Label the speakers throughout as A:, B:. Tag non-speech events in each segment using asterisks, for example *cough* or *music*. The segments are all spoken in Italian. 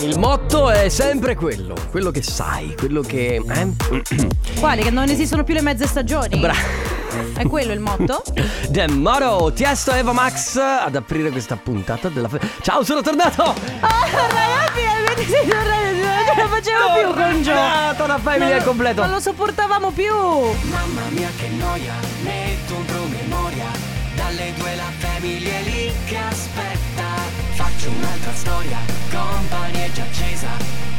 A: Il motto è sempre quello, quello che sai, quello che... Eh?
B: Quali? Che non esistono più le mezze stagioni?
A: Bra-
B: È quello il motto?
A: The Motto, Tiesto Eva Max ad aprire questa puntata della... fe- Ciao, sono tornato!
B: Ah, ragazzi, finalmente sei tornato, Non ce la facevo più con Gio.
A: Tornato da Family
B: Non-
A: al completo!
B: Non lo sopportavamo più.
C: Mamma mia che noia, metto un promemoria Dalle due la famiglia è lì che aspetta Faccio un'altra storia, company è già accesa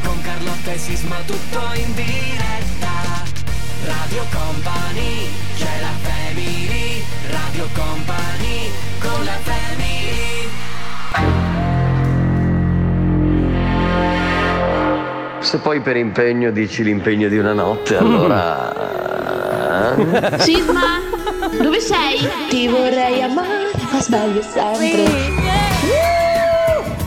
C: Con Carlotta e Sisma tutto in diretta Radio Company, c'è la family Radio Company, con la family
D: Se poi per impegno dici l'impegno di una notte,
A: Mm.
D: allora...
E: Sisma, dove sei? Ti vorrei amare, ma sbaglio sempre.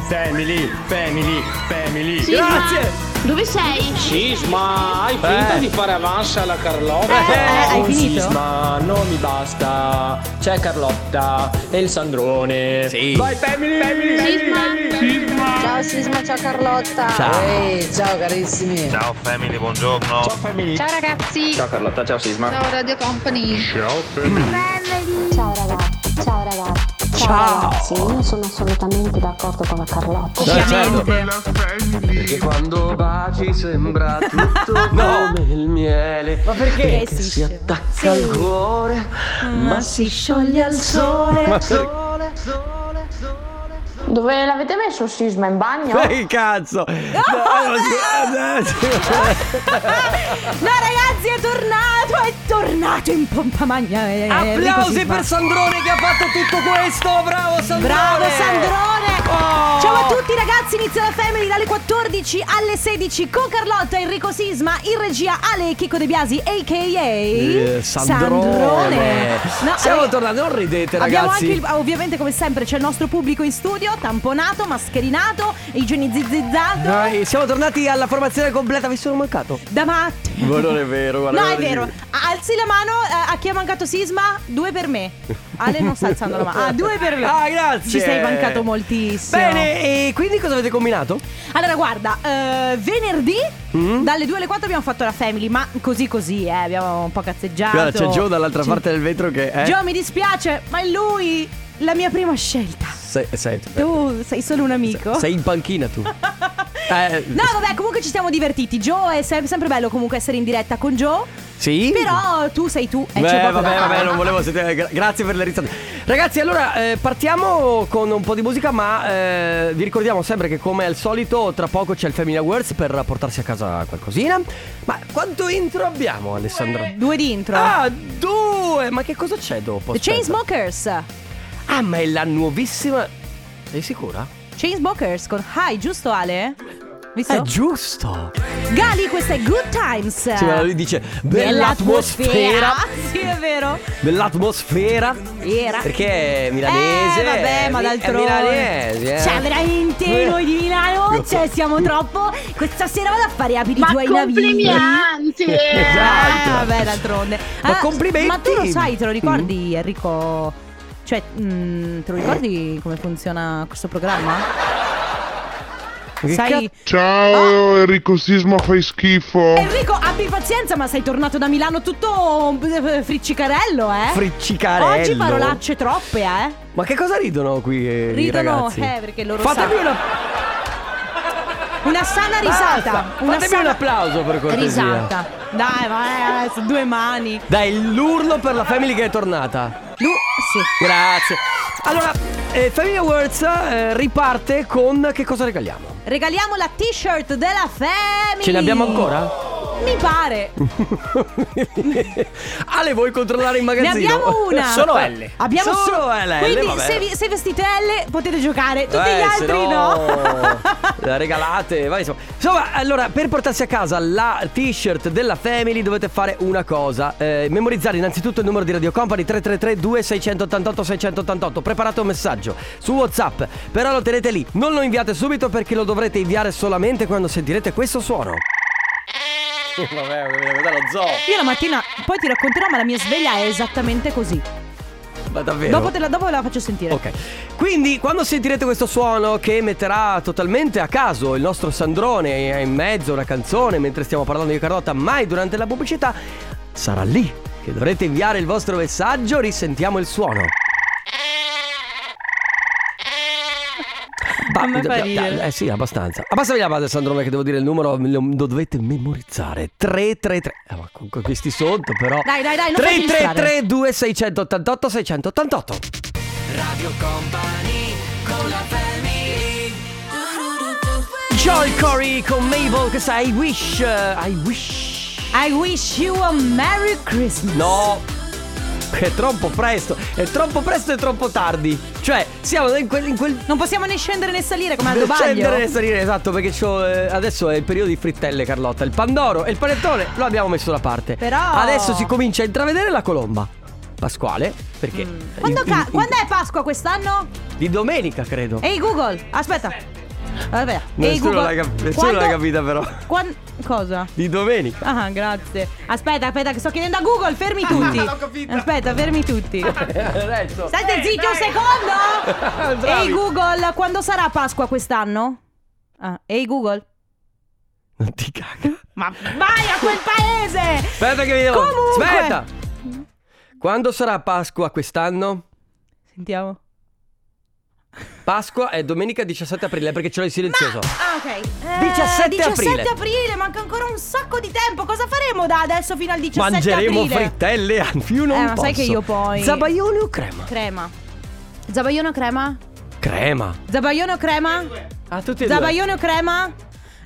F: Family, family, family.
E: Sisma,
A: Grazie.
E: Dove sei?
F: Sisma, hai finito di fare avanza alla Carlotta?
B: Eh, eh, hai finito?
F: Sisma, non mi basta. C'è Carlotta e il
B: Eh,
F: Sandrone.
A: Sì.
F: Vai, family, family,
E: Sisma.
F: family, Sisma.
G: Ciao Sisma, ciao Carlotta.
A: Ciao.
G: ciao carissimi.
H: Ciao family, buongiorno.
F: Ciao, family.
G: Ciao ragazzi.
F: Ciao, Carlotta, ciao Sisma.
G: Ciao Radio Company.
I: Ciao raga, ciao raga.
A: Ciao.
I: ragazzi, io sono assolutamente d'accordo con la Carlotta.
B: Ovviamente.
D: Perché quando baci *laughs* sembra tutto come il miele
A: Ma perché?
B: Eh sì,
D: Si
B: scemo.
D: attacca al cuore Ma si scioglie al sole
F: Ma-
D: Sole, sole, sole, sole
I: Dove Eh, l'avete messo il sisma in bagno?
A: Che cazzo! No, no,
B: No, ragazzi, è tornato, è tornato in pompa magna. eh, Enrico
A: Applausi
B: Sisma.
A: per Sandrone che ha fatto tutto questo! Bravo Sandrone!
B: Bravo Sandrone!
A: Oh.
B: Ciao a tutti ragazzi, inizia la Family dalle 14 alle 16 con Carlotta, Enrico Sisma, in regia Ale e Chicco De Biasi, a.k.a.
A: Eh, Sandrone.
B: No,
A: Siamo
B: raga-
A: tornati, non ridete
B: Abbiamo
A: ragazzi!
B: anche, il- ovviamente come sempre, c'è il nostro pubblico in studio, tamponato, mascherinato, igienizzizzato,
A: Noi siamo tornati alla formazione completa, vi sono mancato.
B: da matti.
A: Ma eh, non è vero, guarda.
B: No, è
A: guarda,
B: vero. Alzi la mano eh, a chi ha mancato Sisma, due per me. Ale non sta alzando la mano. Ah, due per me.
A: Ah, grazie.
B: Ci sei mancato moltissimo.
A: Bene, e quindi cosa avete combinato?
B: Allora, guarda, eh, venerdì
A: Mm?
B: dalle 2 alle 4 abbiamo fatto la family, ma così così, eh, abbiamo un po' cazzeggiato.
A: Guarda, c'è Joe eh? dall'altra
B: C'è-
A: parte del vetro che è.
B: Joe, mi dispiace, ma è lui la mia prima scelta.
A: Sei, sei-
B: Tu sei solo un amico.
A: sei in panchina
B: *laughs*
A: tu. Eh,
B: No, vabbè, comunque ci siamo divertiti. Joe è sem- sempre bello comunque essere in diretta con Joe.
A: Sì?
B: Però tu sei tu e
A: Beh,
B: c'è
A: vabbè,
B: poco da fare. Ah,
A: vabbè, non volevo sentire. gra- grazie per le risate. Ragazzi, allora eh, partiamo con un po' di musica, ma eh, vi ricordiamo sempre che come al solito tra poco c'è il Family Awards per portarsi a casa qualcosina. Ma quanto intro abbiamo, Alessandra?
B: Due di intro.
A: Ah, due! Ma che cosa c'è dopo?
B: The
A: Aspetta.
B: Chainsmokers.
A: Ah, ma è la nuovissima. Sei sicura?
B: Chainsmokers con Hi, giusto
A: Eh,
B: Ale? Visto?
A: È giusto!
B: Gali, questa è Good Times.
A: Sì, ma lui dice
B: Bell'atmosfera.
A: bell'atmosfera.
B: Ah, Sì, è vero.
A: Bell'atmosfera.
B: Era.
A: Perché è milanese.
B: Eh, vabbè,
A: è
B: ma
A: mi-
B: d'altronde.
A: È milanese, eh.
B: Cioè, veramente noi di Milano, cioè, siamo troppo. Questa sera vado a fare gli aperitivo
E: Ma
B: ai navigli.
E: complimenti!
B: Eh, vabbè, d'altronde. Ah,
A: Ma complimenti. Mm.
B: Ma tu lo sai, te lo ricordi, Enrico? Cioè, mm, te lo ricordi come funziona questo programma?
A: Che
B: sai.
J: Ciao Enrico Sisma fai schifo.
B: Enrico, abbi pazienza, ma sei tornato da Milano tutto eh, friccicarello, eh?
A: Friccicarello.
B: Oggi parolacce troppe, eh?
A: Ma che cosa ridono qui eh, i
B: Ridono,
A: ragazzi?
B: eh, perché loro
A: Fatemi
B: sanno.
A: una
B: Una sana risata.
A: Basta,
B: una
A: Fatemi
B: sana
A: un applauso per cortesia.
B: risata. Dai, ma eh, su due mani.
A: Dai, l'urlo per la family che è tornata.
B: Lu- sì.
A: Grazie. Allora, eh, Family Awards eh, riparte con che cosa regaliamo?
B: Regaliamo la t-shirt della Family.
A: Ce ne abbiamo ancora?
B: Mi pare.
A: *laughs* Ale, vuoi controllare il
B: Ne
A: magazzino?
B: abbiamo una.
A: *laughs* Solo L.
B: Abbiamo
A: Solo
B: so-
A: L.
B: Quindi
A: vabbè.
B: se, vi- se vestite L potete giocare. Tutti
A: Eh,
B: gli altri
A: se no,
B: no.
A: *laughs*
B: *laughs*
A: la regalate, vai insomma. Insomma, allora, per portarsi a casa la t-shirt della Family dovete fare una cosa. Eh, memorizzare innanzitutto il numero di Radio Company 333-2688-688. Preparate un messaggio su WhatsApp, però lo tenete lì. Non lo inviate subito perché lo dovrete inviare solamente quando sentirete questo suono. Vabbè, lo zoo.
B: Io la mattina poi ti racconterò, ma la mia sveglia è esattamente così.
A: Ma davvero?
B: Dopo, te la, dopo ve la faccio sentire.
A: Ok. Quindi quando sentirete questo suono che metterà totalmente a caso il nostro Sandrone in mezzo a una canzone mentre stiamo parlando di Carlotta, mai durante la pubblicità, sarà lì che dovrete inviare il vostro messaggio, risentiamo il suono.
B: mi fa
A: da- da-
B: ridere.
A: Eh sì, abbastanza. Abbassami la base, Sandrone, che devo dire il numero, me lo lo dovete memorizzare. 333. Eh, ma con con questi sotto, però.
B: Dai, dai, dai, Eh, non farmi distrarre.
A: 333 2688 688. Joy Corey con Mabel, che sa, I wish. eh, I wish.
B: I wish you a Merry Christmas.
A: No! È troppo presto, è troppo presto e troppo tardi. Cioè, siamo in quel. In quel
B: Non possiamo né scendere né salire come al
A: per scendere e
B: dobaglio.
A: salire, esatto, perché c'ho, eh, adesso è il periodo di frittelle, Carlotta. Il pandoro e il panettone lo abbiamo messo da parte.
B: Però-
A: Adesso si comincia a intravedere la colomba. Pasquale, perché? eh,
B: Mm. Quando,
A: in-
B: ca-
A: in-
B: quando Eh. è Pasqua quest'anno?
A: Di domenica, credo.
B: Ehi Google, aspetta. Vabbè. Ehi
A: Nessuno
B: Google.
A: l'ha cap- nessuno
B: quando-
A: l'ha capita, però.
B: quan- cosa?
A: Di domenica. *laughs*
B: Ah, grazie. Aspetta, aspetta, che sto chiedendo a Google, fermi tutti. aspetta, fermi
A: *laughs*
B: tutti.
A: Adesso.
B: State zitti un secondo.
A: *laughs* Bravi.
B: Ehi Google, quando sarà Pasqua quest'anno? Ah, ehi Google.
A: Non ti caga.
B: Ma vai a quel paese!
A: Aspetta che mi devo.
B: Comunque.
A: Aspetta! Quando sarà Pasqua quest'anno?
B: Sentiamo.
A: Pasqua è domenica 17 aprile perché ce l'ho in silenzioso.
B: Ah, ok. Eh,
A: 17
B: 17
A: aprile.
B: aprile, manca ancora un sacco di tempo. Cosa faremo da adesso fino al 17
A: Mangeremo
B: aprile?
A: frittelle a più non
B: Eh, ma
A: posso.
B: sai che io poi-
A: Zabaione o crema?
B: Crema. Zabaglione o crema?
A: Crema.
B: Zabaglione o crema?
A: Ah, tutti e due.
B: Zabaglione o crema?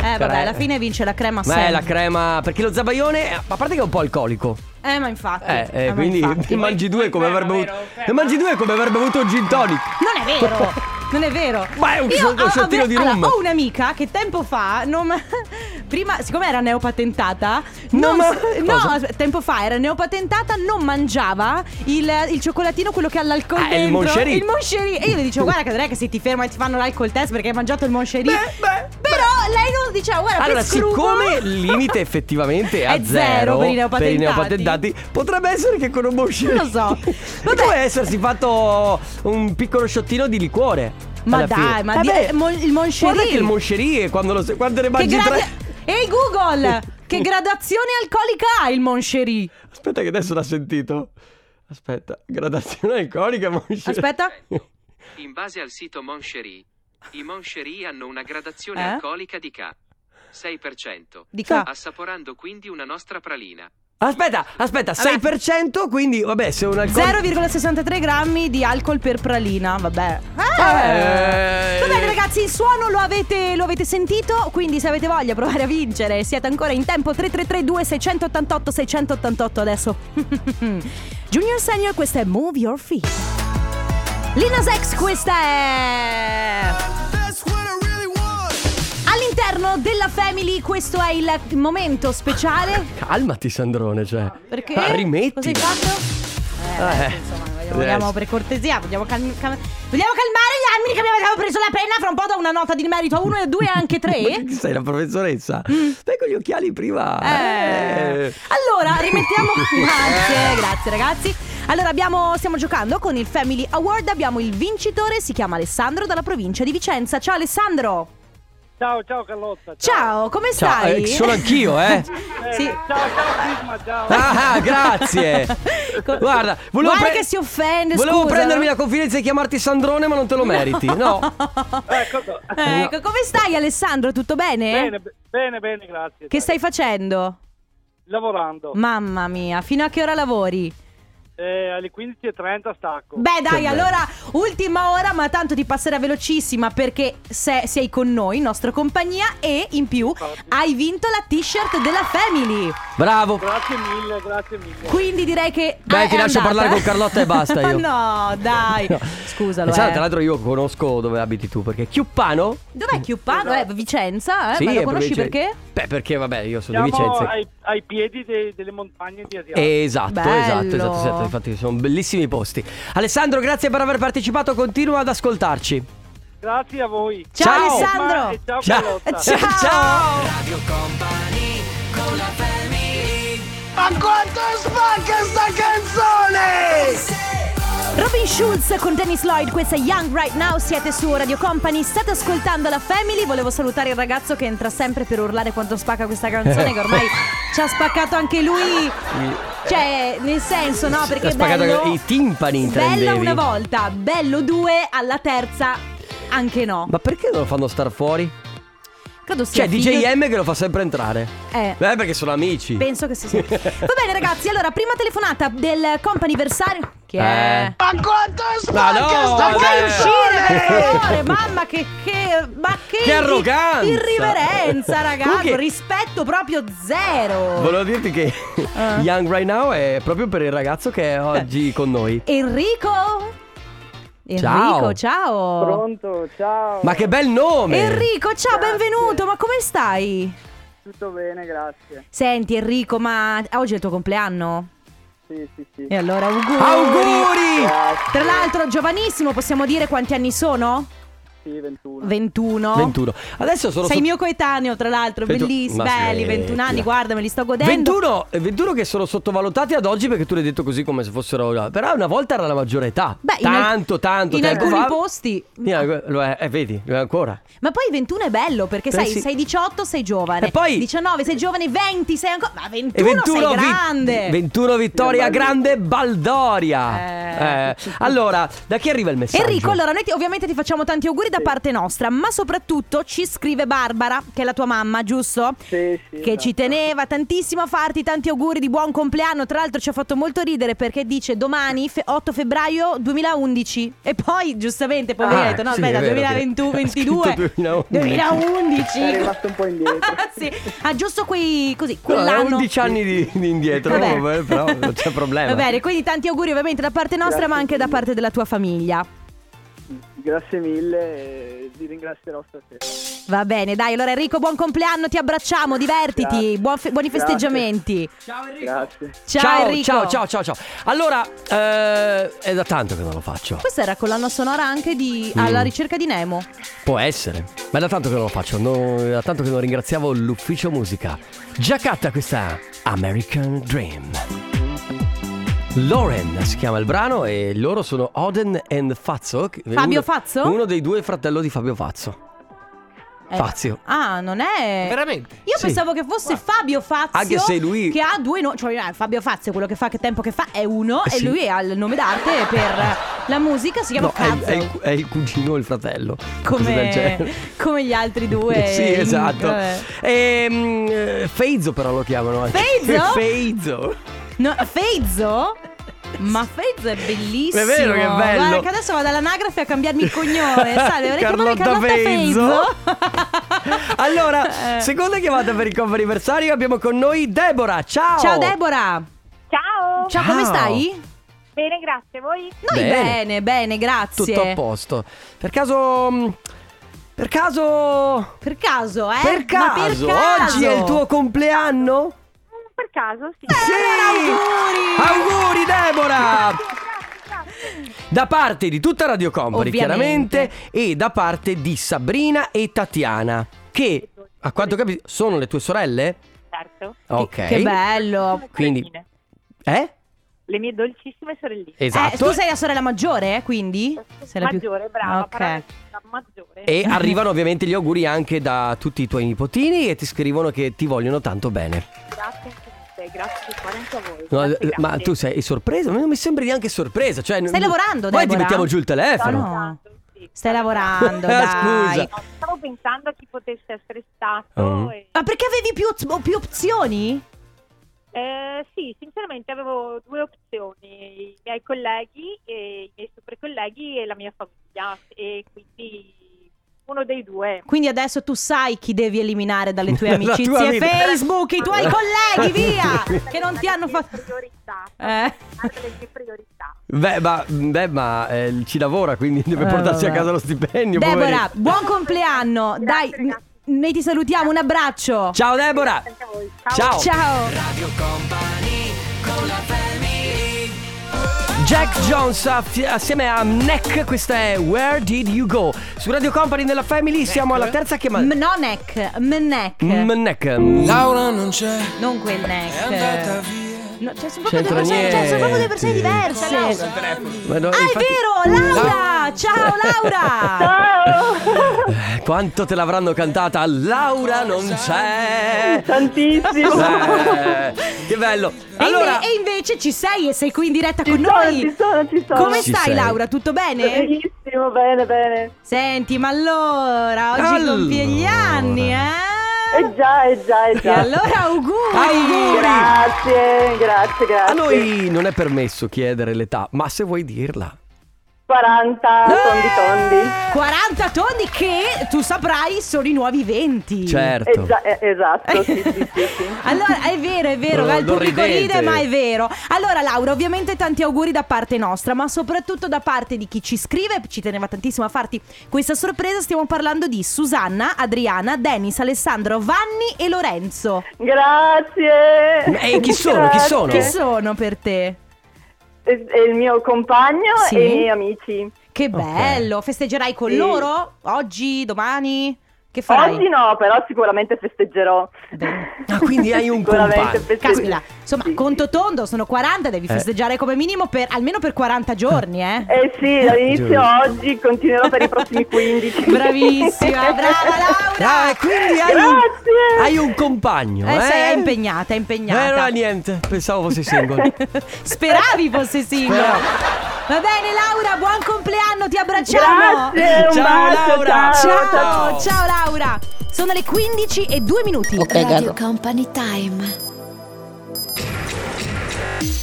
B: Eh, vabbè,
A: Cre-
B: alla fine vince la crema
A: Ma è la
B: sempre.
A: crema. Perché lo zabaione. è- A parte che è un po' alcolico.
B: Eh, ma infatti.
A: Eh, eh,
B: ma
A: quindi *laughs*
B: infatti.
A: ne mangi due come aver bevuto. Ne mangi due come aver bevuto un gin tonic.
B: Non è vero! *laughs* Non è vero!
A: Ma è un
B: Io
A: shot- un
B: ho-
A: shottino
B: ho-
A: di
B: allora,
A: rum.
B: ho un'amica che tempo fa non- *laughs* prima, siccome era neopatentata,
A: No,
B: non
A: ma-
B: s- no,
A: cosa?
B: aspe- tempo fa era neopatentata, non mangiava il, il cioccolatino, quello che ha l'alcol
A: Ah, il
B: dentro.
A: Moncherie.
B: Il Moncherie. E io le dicevo, guarda che non è che se ti fermo e ti fanno l'alcol test perché hai mangiato il Moncherie.
A: Beh, beh,
B: Però lei non diceva, guarda,
A: Allora,
B: prescrivo. *laughs*
A: siccome il limite effettivamente è a
B: È zero per i neopatentati.
A: neopatentati, potrebbe essere che con un boscino. *laughs*
B: Non lo so. Vabbè.
A: Potrebbe essersi fatto un piccolo sciottino di liquore.
B: Ma
A: alla
B: dai,
A: fine. Eh
B: ma di-
A: beh,
B: mo- il Moncherie.
A: Guarda che il moncherie quando, lo, quando ne
B: Che
A: mangi
B: gradi-
A: tre.
B: Ehi Google, che gradazione alcolica ha il Moncherie?
A: Aspetta, che adesso l'ha sentito. Aspetta, gradazione alcolica. Moncherie.
B: Aspetta.
C: In base al sito Moncherie, i Moncherie hanno una gradazione
B: Eh?
C: alcolica di K. 6%.
B: Di K.
C: Assaporando quindi una nostra pralina.
A: Aspetta, aspetta, 6%. Quindi, vabbè, se un alcol.
B: 0,63 grammi di alcol per pralina, vabbè.
A: Eh.
B: Va bene ragazzi, il suono lo avete, lo avete sentito, quindi se avete voglia provare a vincere, e siete ancora in tempo 3332 688 688 adesso. *laughs* Junior Senior, questa è Move Your Feet. Lina Sex, questa è... All'interno della Family, questo è il momento speciale.
A: Calmati, Sandrone, cioè.
B: Perché?
A: Ah, rimetti.
B: Cosa hai fatto?
A: Eh,
B: Insomma, vogliamo, vogliamo
A: adesso.
B: per cortesia, vogliamo, cal- cal- vogliamo calmare gli anni che abbiamo abbiamo preso la penna. Fra un po' da una nota di merito a uno e a due e anche
A: *laughs* Ma
B: tre. Mm.
A: che sei la professoressa? Stai con gli occhiali prima.
B: Eh. Allora, rimettiamo. *laughs* grazie, grazie ragazzi. Allora, abbiamo, stiamo giocando con il Family Award. Abbiamo il vincitore, si chiama Alessandro dalla provincia di Vicenza. Ciao Alessandro!
H: Ciao, ciao Carlotta.
B: Ciao, come
A: Ciao,
B: stai?
A: eh, ci sono anch'io, eh.
B: *laughs* sì.
H: Ciao, ciao Sisma, ciao.
A: *laughs* Ah, ah, grazie.
B: *laughs* Co-
A: Guarda, volevo
B: Ecco. Guarda
A: pre-
B: che si offende.
A: Volevo
B: scusa.
A: prendermi la confidenza e chiamarti Sandrone, ma non te lo meriti. *laughs* No.
B: *laughs* Ecco, come stai Alessandro? Tutto bene?
H: Bene, be- bene, bene, grazie.
B: Che stai facendo?
H: Lavorando.
B: Mamma mia, fino a che ora lavori?
H: Eh, alle 15.30 stacco.
B: Beh dai,
A: bello.
B: allora ultima ora, ma tanto ti passerà velocissima perché se- sei con noi, in nostra compagnia e in più hai vinto la t-shirt della Family.
A: Bravo.
H: Grazie mille, grazie mille.
B: Quindi direi che...
A: Dai,
B: eh,
A: ti
B: è
A: lascio
B: andata.
A: parlare con Carlotta e
B: *laughs*
A: basta io.
B: no, dai.
A: No. Esatto,
B: Scusalo.
A: E sai,
B: eh.
A: tra l'altro io conosco dove abiti tu, perché Chiuppano?
B: Dov'è Chiuppano? Eh, Vicenza, eh?
A: sì,
B: ma lo
A: è
B: conosci
A: provincia-
B: perché?
A: Beh, perché vabbè, io sono
H: Siamo
A: di Vicenza.
H: ai, ai piedi dei- delle montagne di Asiago.
B: Eh.
A: Esatto,
B: Bello.
A: esatto, esatto, esatto, infatti sono bellissimi posti. Alessandro, grazie per aver partecipato, continua ad ascoltarci.
H: Grazie a voi.
B: Ciao,
A: Ciao.
B: Alessandro.
H: E ciao,
A: Ciao.
H: Carlotta.
B: Ciao.
A: Ciao.
C: Ma quanto spacca sta canzone!
B: Robin Schulz con Dennis Lloyd, questa è Young Right Now, siete su Radio Company, state ascoltando la Family, volevo salutare il ragazzo che entra sempre per urlare quanto spacca questa canzone che ormai ci ha spaccato anche lui, cioè nel senso no perché
A: Ha
B: è
A: spaccato
B: bello,
A: i timpani,
B: bello
A: intendevi.
B: una volta, bello due, alla terza anche no,
A: Ma perché non lo fanno star fuori?
B: credo sia
A: Cioè,
B: figlio-
A: DJM che lo fa sempre entrare.
B: Eh.
A: Beh, perché sono amici.
B: Penso che si sia.
A: *laughs*
B: Va bene, ragazzi. Allora, prima telefonata del companiversario. Che è.
A: Eh. Ma
B: quanto
A: spacca no, sta
B: Ma fai
A: eh.
B: uscire, per favore. Mamma, che. che ma che.
A: Che arroganza. *laughs*
B: Irriverenza, ragazzi.
A: Comunque-
B: Rispetto proprio zero.
A: Volevo dirti che
B: Ah.
A: *laughs* Young Right Now è proprio per il ragazzo
B: Eh.
A: che è oggi con noi.
B: Enrico. Enrico,
A: Ciao.
B: ciao.
H: Pronto, ciao.
A: Ma che bel nome!
B: Enrico, ciao,
H: Grazie.
B: benvenuto. Ma come stai?
H: Tutto bene, grazie.
B: Senti, Enrico, ma oggi è il tuo compleanno?
H: Sì, sì, sì.
B: E allora,
A: Auguri!
H: Grazie.
B: Eh, Tra l'altro, giovanissimo, possiamo dire quanti anni sono?
H: Sì, 21.
B: 21.
A: 21. Adesso sono
B: Sei
A: so-
B: mio coetaneo, tra l'altro,
A: 21
B: bellissimi,
A: Ma
B: belli,
A: smettila.
B: 21 anni, guarda, me li sto godendo.
A: 21, eh, 21 che sono sottovalutati ad oggi perché tu l'hai detto così come se fossero. Però una volta era la maggiore età.
B: Beh, in al-
A: tanto, tanto.
B: in
A: tempo
B: alcuni
A: fa.
B: posti.
A: In alc- lo è, eh, vedi, lo è ancora.
B: Ma poi 21 è bello perché
A: Eh,
B: sai,
A: sì.
B: sei 18, sei giovane.
A: E poi-
B: 19, sei giovane, 20, sei ancora. Ma 21,
A: E 21,
B: sei
A: vi-
B: grande.
A: 21 vittoria grande Baldoria.
B: Eh.
A: Eh, Allora, da chi arriva il messaggio?
B: Enrico, allora noi ti- ovviamente ti facciamo tanti auguri da parte nostra, ma soprattutto ci scrive Barbara, che è la tua mamma, giusto?
H: Sì, sì, esatto.
B: Che ci teneva tantissimo a farti tanti auguri di buon compleanno. Tra l'altro ci ha fatto molto ridere perché dice domani fe- 8 febbraio 2011. E poi giustamente poi
A: Ah,
B: ha detto no,
A: sì,
B: aspetta,
A: è vero che-
B: 2021,
A: ha scritto
B: 22.
A: 2011.
B: 2011. *laughs*
H: È rimasto un po' indietro.
B: sì, ha giusto quei così,
A: No, era
B: quell'anno.
A: 11 anni di, di indietro,
B: Vabbè.
A: vabbè, però non c'è problema.
B: Va bene, quindi tanti auguri ovviamente da parte nostra, ma anche da parte della tua famiglia.
H: Grazie mille e vi ringrazierò stasera.
B: Va bene, dai, allora Enrico, buon compleanno, ti abbracciamo, divertiti,
H: Grazie.
B: buon fe- buoni
H: Grazie.
B: festeggiamenti.
H: Grazie.
B: Ciao, Enrico.
A: ciao, ciao, ciao, ciao. Allora, eh, è da tanto che non lo faccio.
B: Questa era colonna sonora anche di
A: Mm.
B: Alla ricerca di Nemo.
A: Può essere, ma è da tanto che non lo faccio. no- è da tanto che non ringraziavo l'ufficio musica. Giacatta questa American Dream. Lauren si chiama il brano e loro sono Oden and Fazzo. che- uno-
B: Fabio Fazzo?
A: Uno dei due fratello di Fabio Fazzo.
B: Eh.
A: Fazio.
B: Ah, non è
K: Veramente?
B: Io
A: Sì.
B: pensavo che fosse Fabio Fazio
A: Anche se lui-
B: che ha due nomi, cioè eh, Fabio Fazio quello che fa che tempo che fa è uno
A: Eh,
B: e
A: sì.
B: lui ha il nome d'arte per la musica, si chiama
A: No, è,
B: Fazio.
A: è il, è il cugino o il fratello. Cose del
B: Come,
A: genere.
B: come gli altri due.
A: *laughs* sì, esatto.
B: Vabbè.
A: Ehm, eh, Feizo però lo chiamano. anche.
B: Feizo?
A: *laughs* Feizo.
B: No, Feizo? Ma Feizo è bellissimo.
A: È vero che è bello.
B: Guarda che adesso vado all'anagrafe a cambiarmi il
A: *laughs*
B: cognome. Sai, dovrei chiamarmi
A: Carlotta
B: Carlotta Eh. Feizo.
A: Feizo. *laughs*
B: *laughs*
A: Allora, seconda chiamata per il anniversario abbiamo con noi Deborah. Ciao!
B: Ciao Deborah.
L: Ciao,
B: Ciao, come
A: Ciao.
B: stai?
L: bene, grazie. Voi?
B: Noi bene,
A: Bene.
B: bene, grazie.
A: Tutto a posto. Per caso mh, per caso
B: Per caso, eh?
A: per
B: Ma
A: caso,
B: per caso.
A: oggi è il tuo compleanno?
L: Per caso, sì.
B: Eh,
A: Sì! auguri!
L: *laughs*
A: Deborah! Da parte di tutta Radio Company,
B: Ovviamente.
A: chiaramente, e da parte di Sabrina e Tatiana, che a quanto capito sono le tue sorelle?
L: Certo.
A: Ok.
B: Che bello.
A: Quindi Eh?
L: Le mie dolcissime sorelline.
A: Esatto.
B: Eh, tu sei la sorella maggiore, eh, quindi? Sei la più-
L: Maggiore, brava,
B: Ok. Eh.
L: parola giusta, maggiore.
A: E arrivano ovviamente gli auguri anche da tutti i tuoi nipotini e ti scrivono che ti vogliono tanto bene.
L: Grazie infinite, grazie di cuore anche a voi.
A: No,
L: Grazie,
A: ma
L: grazie.
A: tu sei sorpresa? Non mi sembri neanche sorpresa. Cioè,
B: Stai lavorando,
A: Poi ti
B: Deborah?
A: mettiamo giù il telefono.
B: No, no. Stai lavorando,
A: *laughs* Ah,
B: dai.
A: scusa.
L: *laughs* No, stavo pensando a chi potesse essere stato.
A: Oh.
L: e-
B: Ma perché avevi più, oz- più opzioni?
L: Eh, sì, sinceramente avevo due opzioni, i miei colleghi, e i miei super colleghi e la mia famiglia. E quindi uno dei due.
B: Quindi adesso tu sai chi devi eliminare dalle tue
A: *laughs* La tua
B: amicizie
A: vita.
B: Facebook, i tuoi
A: *laughs*
B: colleghi, via! Ah, Che non ti hanno fatto.
L: Priorità,
B: Eh.
L: altre delle mie priorità.
A: Beh, ma, mm, beh, ma, eh, ci lavora, quindi deve
B: Eh,
A: portarsi a
B: vabbè.
A: casa lo stipendio.
B: Deborah,
A: poverino.
B: buon compleanno! Dai, noi ti salutiamo, un abbraccio!
A: Ciao Deborah!
L: Anche a voi.
A: Ciao.
B: Ciao!
A: Jack Jones aff- assieme a Neck, questa è Where Did You Go? Su Radio Company nella Family siamo alla terza chiamata.
B: Mnonek, Mnek,
A: Neck.
B: Ah,
K: Laura non c'è,
B: non quel neck. No, cioè, sono
A: C'entra
B: proprio due persone, cioè,
A: niente.
B: sono proprio due persone diverse.
A: C'è Laura Ma no,
B: ah,
A: infatti-
B: è vero, Laura! Ciao Laura! *laughs*
A: Eh, Quanto te l'avranno cantata? Laura non c'è!
H: Tantissimo!
A: Eh, che bello!
B: E inve-
A: Allora,
B: e invece ci sei e sei qui in diretta con noi.
H: ci sono, ci sono.
B: Come
A: Ci
B: stai,
A: sei.
B: Laura? Tutto bene?
H: Benissimo, bene, bene.
B: Senti, ma allora oggi
A: Allora.
B: compie gli anni, eh?
H: E già, e già, e
B: E
H: già.
B: allora auguri!
A: auguri!
H: Grazie, grazie, grazie.
A: A noi non è permesso chiedere l'età, ma se vuoi dirla.
H: 40 tondi
A: Eh.
H: tondi.
B: 40 tonni Eh, che tu saprai sono i nuovi 20.
A: Certo.
H: E già- eh, esatto, sì, sì, sì, sì.
B: *laughs*
A: *laughs*
B: Allora, è vero, è vero,
A: No,
B: va, il
A: non
B: pubblico
A: ridete.
B: ride, ma è vero. Allora, Laura, ovviamente tanti auguri da parte nostra, ma soprattutto da parte di chi ci scrive, ci teneva tantissimo a farti questa sorpresa. Stiamo parlando di Susanna, Adriana, Denis, Alessandro, Vanni e Lorenzo.
H: Grazie.
A: Eh, chi sono? Chi sono?
B: Che
H: Grazie.
B: sono per te?
H: E- e il mio compagno
B: Sì.
H: e i miei amici.
B: Che
A: Ok.
B: bello! Festeggerai con
H: Sì.
B: loro? Oggi, domani? Che farai?
H: Oggi no, però sicuramente festeggerò.
B: Bene.
A: Ah, quindi hai un
H: Sicuramente
A: compagno.
H: festeggerò.
B: Caspita, insomma,
H: Sì.
B: conto tondo, sono 40, devi
A: Eh.
B: festeggiare come minimo per almeno per 40 giorni, eh.
H: Eh sì, dall'inizio
A: Giusto.
H: a oggi continuerò per i prossimi 15.
B: *laughs*
H: *laughs*
B: Bravissima, brava Laura!
A: Ah, e quindi hai un,
H: Grazie.
A: hai un compagno. Eh,
B: Eh, sei è impegnata, è
A: Eh, non
B: impegnata.
A: ha niente, pensavo fossi single.
B: *laughs* Speravi fosse single.
A: Speravo.
B: Va bene Laura, buon compleanno, ti abbracciamo.
H: Grazie, un
A: Ciao,
H: bacio,
A: Laura.
H: ciao.
B: Ciao, ciao Laura. Sono le 15 e 2 minuti.
E: Radio Company Time.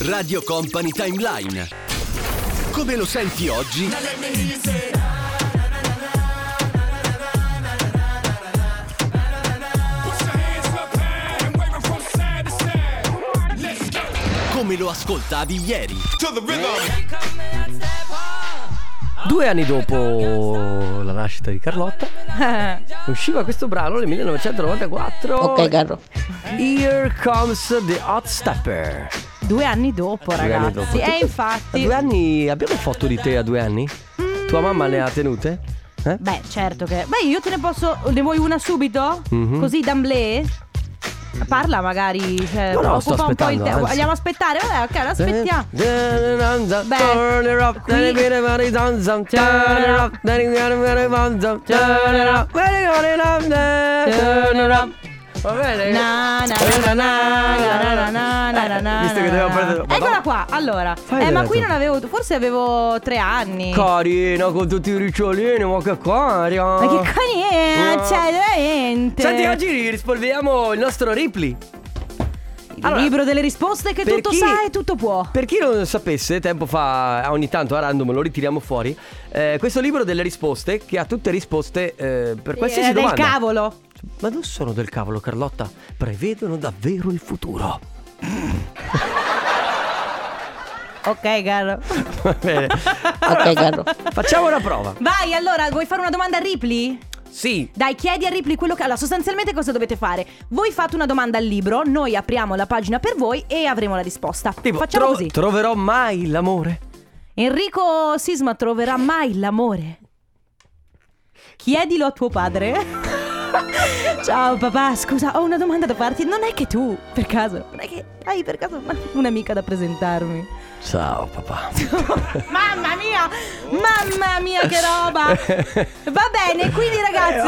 K: Radio Company Timeline. Come lo senti oggi? Come lo ascoltavi ieri?
A: Due anni dopo la nascita di Carlotta, usciva questo brano nel 1994. Ok,
E: Carlo.
A: Here comes the hot stepper.
B: Due anni dopo,
A: Due anni dopo. Tu-
B: ragazzi. E
A: A
B: infatti.
A: due anni abbiamo foto di te a due anni?
B: Mm.
A: Tua mamma ne ha tenute? Eh?
B: Beh, certo che. Beh, io te ne posso. Ne vuoi una subito?
A: Mhm. Mm.
B: Così d'amblè? Parla magari. Cioè,
A: No, no, sto
B: occupa un po' il
A: aspettando,
B: tempo.
A: anzi.
B: Vogliamo aspettare? Vabbè, ok, allora aspettiamo. Beh,
A: Turn it up,
B: qui-
A: turn it up, turn it up, turn it up, turn it up, turn it up. Va bene?
B: Na, na, na, na, na, na, na, na, na, na,
A: Eh, visto che
B: na,
A: dovevo
B: na.
A: prendere- Madonna.
B: Eccola qua. Allora,
A: Fai
B: eh, ma
A: vedere
B: qui
A: tu.
B: non avevo. Forse avevo tre anni.
A: Carino, con tutti i ricciolini, ma che caria.
B: ma che cani è?
A: No.
B: Cioè, veramente.
A: Senti, oggi rispolviamo il nostro Ripley.
B: Il
A: Allora,
B: libro delle risposte che
A: per
B: tutto
A: chi-
B: sa e tutto può.
A: Per chi non lo sapesse, tempo fa, a ogni tanto a random lo ritiriamo fuori, eh, questo libro delle risposte che ha tutte risposte eh, per qualsiasi
B: Eh, del
A: domanda.
B: cavolo.
A: Ma non sono del cavolo, Carlotta. Prevedono davvero il futuro. *laughs* *laughs*
B: Ok, caro.
A: Va bene.
E: Ok, Carlo.
A: Facciamo una prova.
B: Vai, allora, vuoi fare una domanda a Ripley?
A: Sì.
B: Dai, chiedi a Ripley quello che. Allora, sostanzialmente cosa dovete fare? Voi fate una domanda al libro, noi apriamo la pagina per voi e avremo la risposta.
A: Tipo,
B: Facciamo
A: tro-
B: così.
A: troverò mai l'amore?
B: Enrico Sisma troverà mai l'amore? Chiedilo a tuo padre. *laughs* Ciao papà, scusa, ho una domanda da farti. Non è che tu, per caso, non è che hai per caso una- un'amica
A: *laughs*
B: da presentarmi?
A: Ciao papà.
B: *laughs* mamma mia! Mamma mia che roba! Ah, Va bene, quindi ragazzi.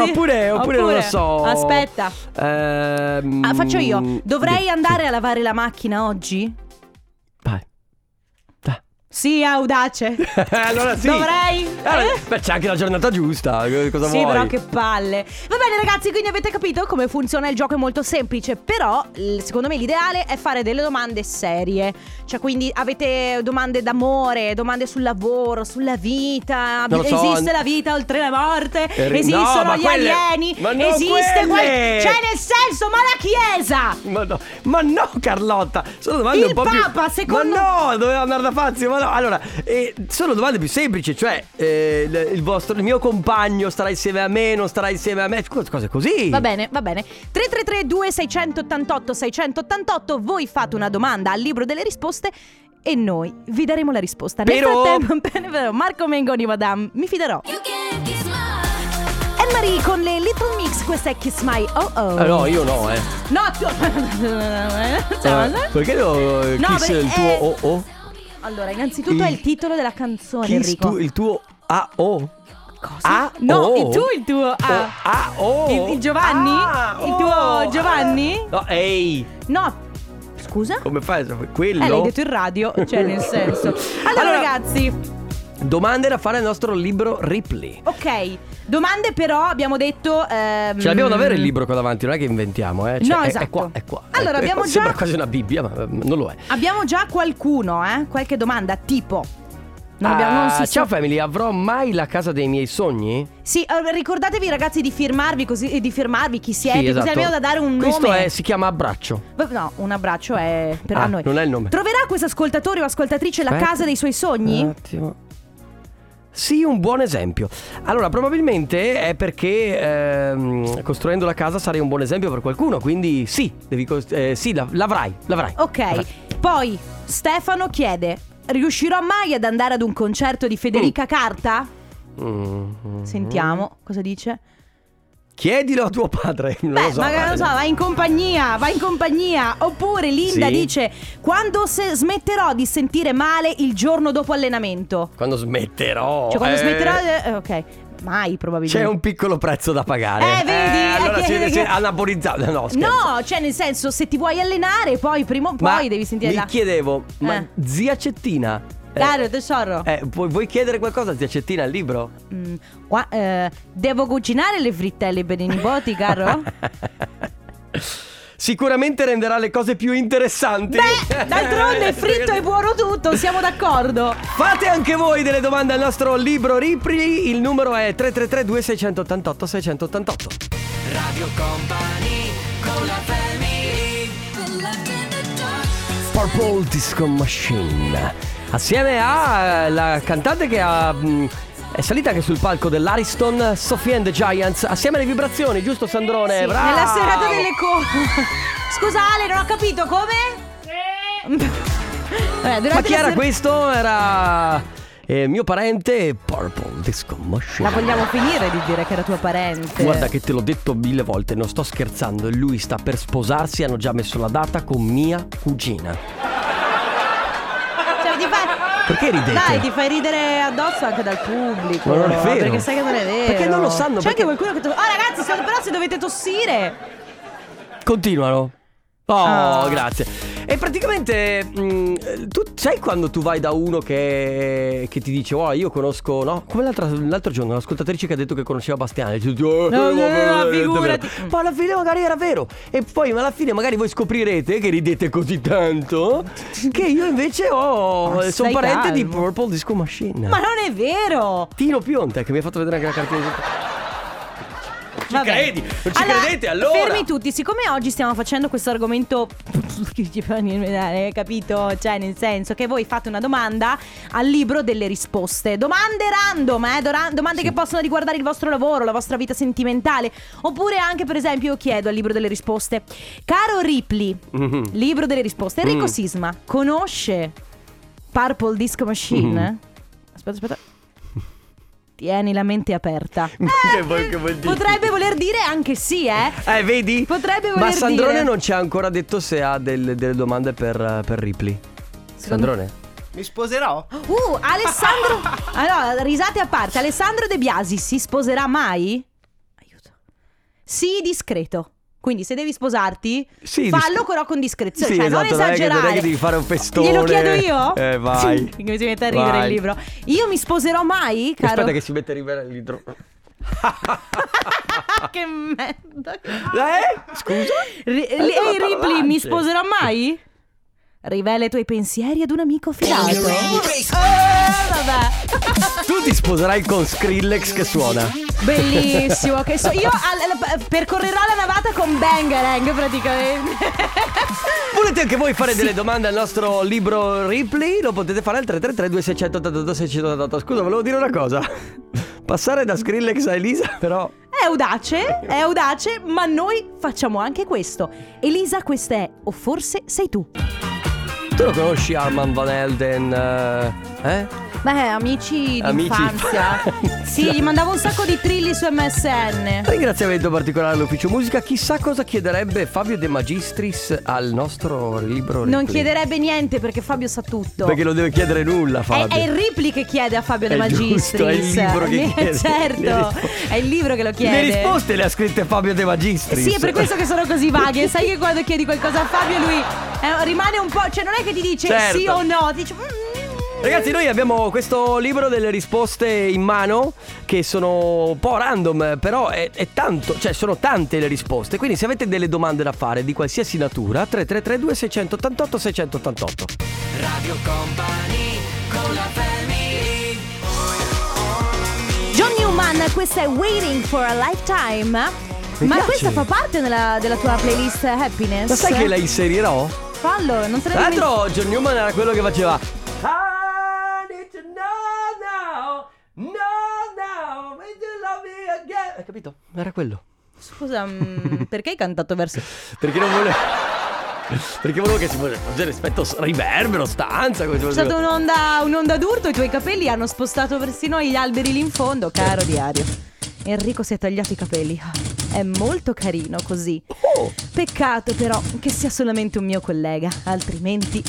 A: *laughs* Eh, oppure, oppure non lo so.
B: Aspetta.
A: Ehm,
B: Ah, faccio io. Dovrei
A: sì.
B: andare a lavare la macchina oggi? *laughs*
A: Vai. Dai.
B: Sì, audace.
A: allora sì.
B: Dovrei.
A: Allora,
B: Eh?
A: beh, c'è anche la giornata giusta. eh, Cosa
B: sì,
A: vuoi?
B: però che palle. Va bene, ragazzi, quindi avete capito come funziona il gioco? È molto semplice. Però, l- secondo me, l'ideale è fare delle domande serie. Cioè, quindi avete domande d'amore, domande sul lavoro, sulla vita.
A: Non lo so,
B: Esiste
A: an-
B: la vita oltre la morte?
A: Eh, no,
B: Esistono
A: ma
B: gli
A: quelle-
B: alieni?
A: ma non
B: Esiste
A: quelle!
B: Cioè, nel senso, ma la chiesa!
A: Ma no, ma no Carlotta, sono domande
B: Il
A: un po' più...
B: Papa, secondo-
A: Ma no, doveva andare da Fazio, ma no. Allora, eh, sono domande più semplici, cioè eh, il, il vostro, il mio compagno starà insieme a me, non starà insieme a me, cos- cose così.
B: Va bene, va bene. 333 2688 688 voi fate una domanda al libro delle risposte e noi vi daremo la risposta. Nel *laughs*
A: Però-
B: frattempo, bene, però, Marco Mengoni, madame, mi fiderò. Anne-Marie con le Little Mix, questa è Kiss My Oh Oh.
A: Eh, no, io no, eh.
B: No, tu... *laughs*
A: Eh, perché devo eh,
B: No,
A: kiss
B: perché
A: il
B: è-
A: tuo oh oh?
B: Allora, innanzitutto è il titolo della canzone,
A: Kiss
B: Enrico.
A: tu, il tuo ah oh. Cosa? Ah,
B: No,
A: oh.
B: il tu, il tuo... Ah,
A: Ah oh.
B: Il, il Giovanni?
A: Ah,
B: il
A: oh.
B: tuo Giovanni?
A: No, ehi.
B: No, scusa?
A: Come fai? a-
B: Eh, l'hai
A: Quello?
B: detto in radio, cioè nel
A: *laughs*
B: senso. Allora, ragazzi,
A: Domande da fare al nostro libro Ripley.
B: ok. Domande però abbiamo detto... ehm,
A: Ce l'abbiamo da avere il libro qua davanti, non è che inventiamo, eh. Cioè,
B: No,
A: è,
B: esatto.
A: è qua, è qua.
B: Allora,
A: È- è-
B: abbiamo
A: Sembra
B: già-
A: quasi una Bibbia, ma eh, non lo è.
B: Abbiamo già qualcuno, eh? Qualche domanda, tipo... Non abbiamo, non
A: Ah,
B: si
A: ciao
B: sa-
A: family, avrò mai la casa dei miei sogni?
B: Sì, eh, ricordatevi ragazzi di firmarvi così, eh, di firmarvi chi siete,
A: sì, esatto.
B: così almeno da dare un
A: Questo
B: nome.
A: è- si chiama abbraccio.
B: No, un abbraccio è per
A: Ah,
B: noi.
A: non è il nome.
B: Troverà questo ascoltatore o ascoltatrice la
A: Aspetta. Eh.
B: casa dei suoi sogni?
A: Un attimo. Sì, un buon esempio. Allora, probabilmente è perché ehm, costruendo la casa sarei un buon esempio per qualcuno, quindi sì, devi cos- eh, sì, la- l'avrai, l'avrai.
B: Ok, poi Stefano chiede: Riuscirò mai ad andare ad un concerto di Federica Carta?
A: Mm.
B: Sentiamo cosa dice.
A: Chiedilo a tuo padre. Non
B: Beh,
A: lo so.
B: magari non so, vai in compagnia, vai in compagnia. Oppure Linda
A: Sì.
B: dice: Quando se- smetterò di sentire male il giorno dopo allenamento?
A: Quando smetterò.
B: Cioè, quando
A: eh,
B: smetterò. eh, ok, mai probabilmente.
A: C'è un piccolo prezzo da pagare.
B: Eh, vedi, eh,
A: allora
B: che-
A: si,
B: che-
A: si anabolizzato. No, scherzo.
B: No, cioè nel senso, se ti vuoi allenare, poi prima o
A: Ma
B: poi devi sentire
A: Mi
B: la.
A: chiedevo, ma
B: Eh.
A: zia Cettina. eh,
B: Caro tesoro.
A: eh, vuoi, vuoi chiedere qualcosa a zia Cettina al libro?
B: Mm, qua- eh, devo cucinare le frittelle per i nipoti,
A: *laughs*
B: caro?
A: Sicuramente renderà le cose più interessanti. *laughs*
B: Beh, d'altronde fritto e buono tutto, siamo d'accordo.
A: Fate anche voi delle domande al nostro libro Ripri. Il numero è 333 2688 688.
C: Radio Company con la family
A: Purple Disco Machine. Assieme alla cantante che ha, mh, è salita anche sul palco dell'Ariston, Sophie and the Giants. Assieme alle vibrazioni, giusto Sandrone?
B: Sì,
A: Bravo!
B: Nella serata delle co... *laughs* Scusa Ale, non ho capito come? Vabbè, durante
A: Ma chi
B: la
A: era
B: ser-
A: questo? Era eh, mio parente Purple Disco Machine.
B: La vogliamo finire di dire che era tua parente.
A: Guarda che te l'ho detto mille volte, non sto scherzando, lui sta per sposarsi, hanno già messo la data con mia cugina.
B: Cioè, ti fai...
A: Perché ridete?
B: Dai, ti fai ridere addosso anche dal pubblico.
A: Ma non è vero.
B: Perché sai che non è vero.
A: Perché non lo sanno,
B: C'è
A: perché-
B: anche qualcuno che. to- Ah, ragazzi, se- però se dovete tossire.
A: Continuano. Oh,
B: Ah.
A: grazie. E praticamente, mh, tu sai quando tu vai da uno che, che ti dice, oh, io conosco, no? Come l'altra- l'altro giorno, l'ascoltatrice che ha detto che conosceva Bastiani. Dice, "Eh,
B: no, no,
A: vabbè, è
B: figurati."
A: vero." Ma alla fine magari era vero. E poi, ma alla fine magari voi scoprirete che ridete così tanto che io invece ho...
B: Ma
A: Sono
B: stai
A: parente di
B: calmo.
A: Purple Disco Machine.
B: Ma non è vero.
A: Tino Pionta, che mi ha fatto vedere anche la cartina di... Ci
B: Vabbè.
A: credi? Non ci
B: Allora,
A: credete allora?
B: Fermi tutti, siccome oggi stiamo facendo questo argomento *laughs* che ci fa niente, eh, capito? Cioè, nel senso che voi fate una domanda al libro delle risposte. Domande random, eh? dora- domande che possono riguardare il vostro lavoro, la vostra vita sentimentale. Oppure anche, per esempio, io chiedo al libro delle risposte. Caro Ripley,
A: Mhm.
B: libro delle risposte, Enrico
A: Mm.
B: Sisma, conosce Purple Disco Machine?
A: Mhm.
B: Aspetta, aspetta. Tieni la mente aperta.
A: *laughs*
B: Eh,
A: che, vuol, che vuol dire?
B: Potrebbe voler dire anche sì, eh?
A: Eh, vedi?
B: Potrebbe voler
A: Ma Sandrone
B: dire.
A: non ci ha ancora detto se ha del- delle domande per, eh, per Ripley. Sandrone?
M: Mi sposerò?
B: Uh,
A: *laughs*
B: Alessandro. allora, risate a parte. Alessandro De Biasi si sposerà mai? Aiuto. Sì, discreto. Quindi se devi sposarti,
A: Sì,
B: fallo
A: dis-
B: però con discrezione,
A: Sì,
B: cioè
A: esatto,
B: non
A: non è che- non è che
B: esagerare.
A: devi fare un festone.
B: Glielo chiedo io?
A: Eh, vai.
B: Sì, *laughs* che si mette a ridere
A: Vai.
B: il libro. Io mi sposerò mai, caro?
A: Aspetta che si mette a rivela il libro.
B: *laughs* Che merda.
A: *laughs* Eh? Scusa?
B: Ri-
A: Eh, sono
B: Ehi, Ripley,
A: parlante.
B: mi sposerò mai? Rivela i tuoi pensieri ad un amico fidato. Eh, vabbè.
A: Tu ti sposerai con Skrillex che suona.
B: Bellissimo, che so. Io al- al- percorrerò la navata con Bangarang praticamente. *laughs*
A: Volete anche voi fare delle domande al nostro libro Ripley? Lo potete fare al 333 2688 688 Scusa, volevo dire una cosa. Passare da Skrillex a Elisa, però...
B: È audace, è audace, ma noi facciamo anche questo. Elisa, questa è, o forse sei tu.
A: Tu lo conosci Arman Van Elden? eh? Eh?
B: Beh, amici
A: Amici.
B: d'infanzia. sì, gli mandavo un sacco di trilli su MSN.
A: Ringraziamento particolare all'ufficio musica. Chissà cosa chiederebbe Fabio De Magistris al nostro libro.
B: Non
A: Ripley.
B: chiederebbe niente perché Fabio sa tutto.
A: Perché non deve chiedere nulla,
B: È,
A: Fabio.
B: è il Ripli che chiede a Fabio
A: È
B: De Magistris.
A: giusto, è il libro che
B: Eh,
A: chiede. Le
B: *laughs* Certo,
A: rispo-
B: è il libro che lo
A: Le
B: chiede.
A: risposte le ha scritte Fabio De Magistris.
B: Sì, è
A: *laughs*
B: per questo che sono così vaghe. Sai che quando chiedi qualcosa a Fabio lui eh, rimane un po'... Cioè non è che ti dice
A: Certo.
B: sì o no, ti dice... "Mm,
A: Ragazzi, noi abbiamo questo libro delle risposte in mano che sono un po' random, però è, è tanto, cioè sono tante le risposte. Quindi se avete delle domande da fare di qualsiasi natura, 3332 688 688.
C: Radio Company con la family
B: John Newman, questa è Waiting for a Lifetime.
A: Mi
B: Ma
A: piace.
B: questa fa parte della, della tua playlist Happiness?
A: Ma sai che la inserirò?
B: Fallo, non te
A: Tra
B: ne
A: l'altro John Newman era quello che faceva Hai capito? Era quello.
B: Scusa, mm, perché hai cantato verso...
A: Perché non volevo Perché volevo che si fosse facesse rispetto riverbero, stanza, come si vuole
B: C'è stata
A: dire.
B: un'onda, un'onda d'urto, i tuoi capelli hanno spostato persino gli alberi lì in fondo, caro diario. Enrico si è tagliato i capelli. È molto carino così.
A: Oh,
B: Peccato però che sia solamente un mio collega, altrimenti...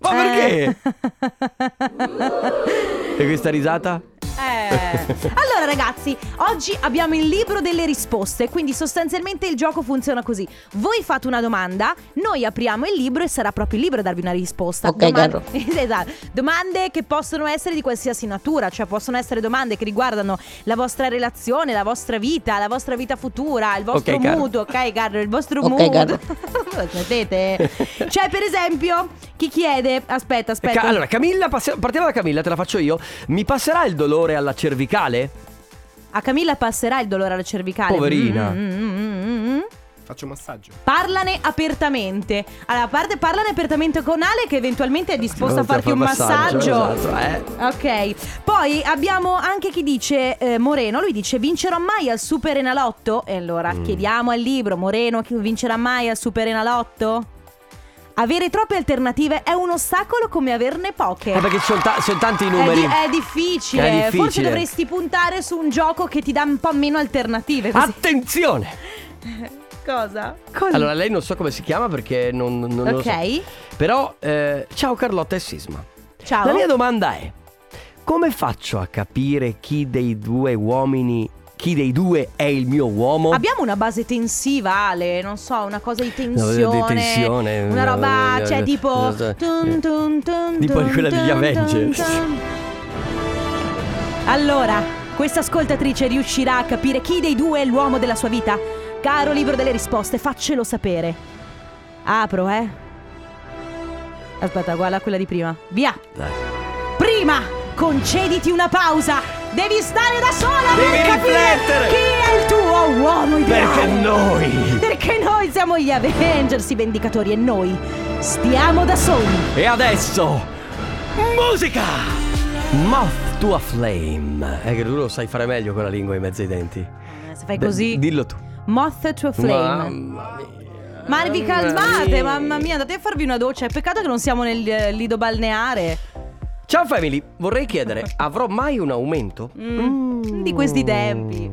A: Ma
B: Eh.
A: perché?
B: *laughs*
A: E questa risata?
M: *laughs*
B: Eh. Allora ragazzi, oggi abbiamo il libro delle risposte, quindi sostanzialmente il gioco funziona così. Voi fate una domanda, noi apriamo il libro e sarà proprio il libro a darvi una risposta.
M: Ok,
B: Doman- *laughs* esatto. Domande che possono essere di qualsiasi natura, cioè possono essere domande che riguardano la vostra relazione, la vostra vita, la vostra vita futura, il vostro
M: Ok, Carlo.
B: mood, ok Carlo, il vostro
M: Ok, Carlo.
B: mood. *laughs* Lo Sapete? Cioè per esempio, chi chiede... Aspetta,
A: Ca-
B: aspetta.
A: allora, Camilla, passi- partiamo da Camilla, te la faccio io. Mi passerà il dolore alla cervicale?
B: A Camilla passerà il dolore alla cervicale.
A: Poverina.
B: Mm, mm, mm, mm, mm.
N: Faccio un massaggio.
B: Parlane apertamente. Allora, a parte parlane apertamente con Ale che eventualmente è disposto a
A: Pronti a
B: farti un
A: far passaggio,
B: massaggio.
A: cioè, esatto,
B: Ok. Poi abbiamo anche chi dice eh, Moreno, lui dice "Vincerò mai al Super Enalotto?" E allora
A: Mm.
B: chiediamo al libro Moreno chi vincerà mai al Super Enalotto? Avere troppe alternative è un ostacolo come averne poche.
A: Eh, perché ci sono, ta- ci sono tanti
B: È,
A: numeri.
B: di- è difficile.
A: È difficile.
B: Forse dovresti puntare su un gioco che ti dà un po' meno alternative. così.
A: Attenzione!
B: Cosa? Cosa?
A: Ah. Allora, lei non so come si chiama perché non, non lo so.
B: Ok.
A: Però, eh, ciao Carlotta e Sisma.
B: Ciao.
A: La mia domanda è: come faccio a capire chi dei due uomini, chi dei due è il mio uomo?
B: Abbiamo una base tensiva, Ale, non so, una cosa di tensione.
A: No, di tensione.
B: Una roba,
A: No,
B: cioè
A: no,
B: tipo...
A: no, no.
B: tun, tun, tun,
A: eh, Tipo
B: tun,
A: quella degli
B: tun,
A: Avengers.
B: tun, tun. Allora, questa ascoltatrice riuscirà a capire chi dei due è l'uomo della sua vita? Caro libro delle risposte, faccelo sapere. Apro, eh. Aspetta, guarda quella di prima. Via.
A: Dai.
B: Prima, concediti una pausa. Devi stare da sola per
A: Devi
B: capire
A: riflettere.
B: chi è il tuo uomo ideale.
A: Perché noi.
B: Perché noi siamo gli Avengers, i Vendicatori, e noi stiamo da soli.
A: E adesso, musica! Mouth to a flame. Eh, che tu lo sai fare meglio con la lingua in mezzo ai denti.
B: Se fai
A: Beh,
B: così.
A: Dillo tu.
B: Moth to a flame.
A: Mamma mia.
B: Ma vi
A: Mamma
B: calmate,
A: mia.
B: mamma mia, andate a farvi una doccia. È peccato che non siamo nel eh, lido balneare.
A: Ciao family, vorrei
B: *laughs*
A: chiedere, avrò mai un aumento?
B: Mm, Di questi tempi.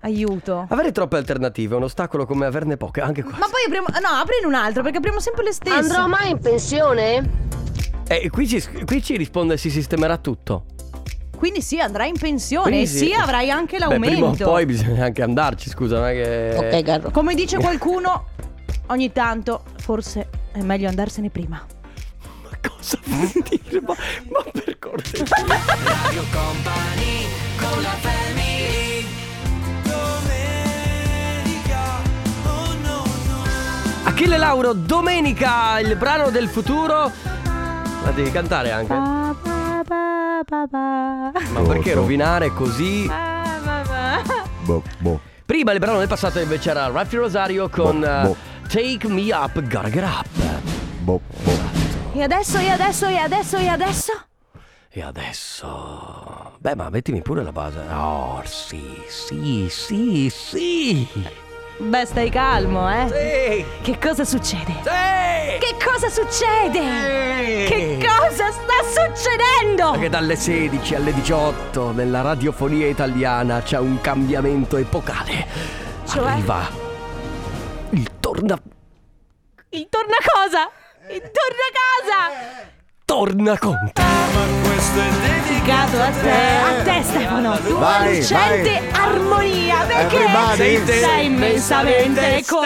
B: Aiuto.
A: Avere troppe alternative è un ostacolo come averne poche, anche qua.
B: Ma poi apriamo. No, aprine un altro perché apriamo sempre le stesse.
M: Andrò
B: mai in pensione?
A: Eh, qui, ci, qui ci risponde si sistemerà tutto.
B: Quindi sì, andrai in pensione.
A: Quindi
B: E sì, avrai anche
A: Beh, prima o
B: l'aumento.
A: poi bisogna anche andarci, scusa, non è che... *laughs*
B: Come dice qualcuno, ogni tanto forse è meglio andarsene prima.
C: *laughs* Radio Company con la family Domenica Oh no no
A: Achille Lauro, domenica, il brano del futuro. La devi cantare anche.
C: Ah.
B: Pa, pa, pa, pa, pa.
A: Ma perché rovinare così?
B: Pa, pa, pa.
A: Prima il brano del passato invece era Raffi Rosario con eh, Take Me Up, Gotta Get Up.
B: E adesso, e adesso, e adesso, e adesso?
A: E adesso... Beh, ma mettimi pure la base. Oh, sì, sì, sì, sì.
B: Beh, stai calmo,
A: eh?
B: Sì. Che cosa succede?
A: Sì.
B: Che cosa succede? Che cosa sta succedendo?
A: Che dalle 16 alle 18 nella radiofonia italiana c'è un cambiamento epocale.
B: Cioè?
A: Arriva il torna
B: Il torna cosa? Il torna casa!
A: torna conto.
B: Dedicato a te, a te Stefano, una
A: Vai,
B: lucente armonia perché
M: Everybody.
B: sei immensamente con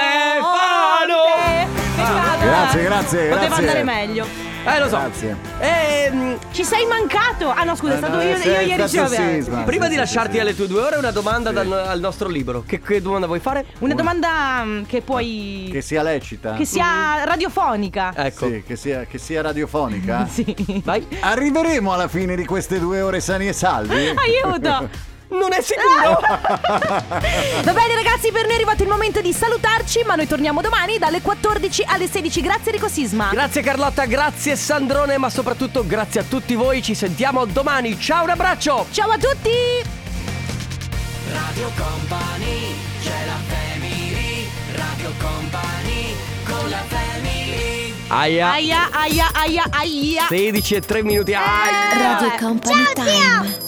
B: Stefano.
M: Ah. Grazie, grazie,
B: Poteva
M: grazie.
B: andare meglio.
A: Eh, lo so.
M: Grazie.
A: Ehm,
B: Ci sei mancato. Ah no, scusa, è
M: Eh,
B: stato
M: no,
B: io,
M: sì,
B: io ieri
M: è stato
B: sera.
M: sì, sbaglio.
A: Prima di lasciarti alle tue due ore, una domanda dal- al nostro libro. Che, che domanda vuoi fare?
B: Una domanda mm, che puoi
M: Che Eh. sia lecita.
B: che sia radiofonica.
A: Ecco.
M: Sì, che sia, che sia radiofonica.
B: sì.
A: Vai.
M: Arriveremo alla fine di queste due ore sani e
B: *laughs*
M: salvi?
B: Aiuto!
A: Non è sicuro.
B: *laughs* Va bene ragazzi, per noi è arrivato il momento di salutarci, ma noi torniamo domani dalle 14 alle 16. Grazie Rico Sisma.
A: Grazie Carlotta, grazie Sandrone, ma soprattutto grazie a tutti voi. Ci sentiamo domani. Ciao, un abbraccio.
B: Ciao a tutti!
C: Radio Company, c'è la family, Radio Company, con la family.
A: Aia.
B: Aia, aia, aia, aia.
A: 16 e 3 minuti. Aia.
B: Eh.
E: Radio Company Time